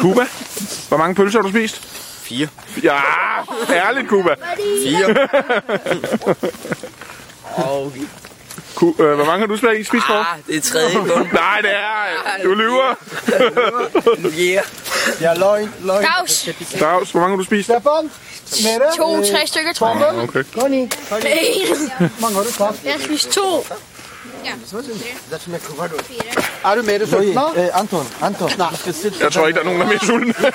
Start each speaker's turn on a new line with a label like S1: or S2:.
S1: Kuba, hvor mange pølser har du spist?
S2: Fire.
S1: Ja, ærligt, Kuba.
S2: Fire.
S3: Og
S1: Ku, øh, hvor mange har du spist, spist for?
S2: Ah, det er tredje kun.
S1: Nej, det er... Du lyver.
S2: Yeah.
S3: jeg er løgn, løgn.
S4: Dags.
S1: Dags, hvor mange har du spist?
S3: Stefan, Mette, øh,
S4: To-tre stykker, tror jeg.
S1: Okay.
S3: Connie, mange har du tabt?
S4: Jeg spiste to.
S3: Er du Mette sulten? Øh, Anton, Anton. Nej,
S1: Jeg tror ikke, der er nogen, der er mere sultne.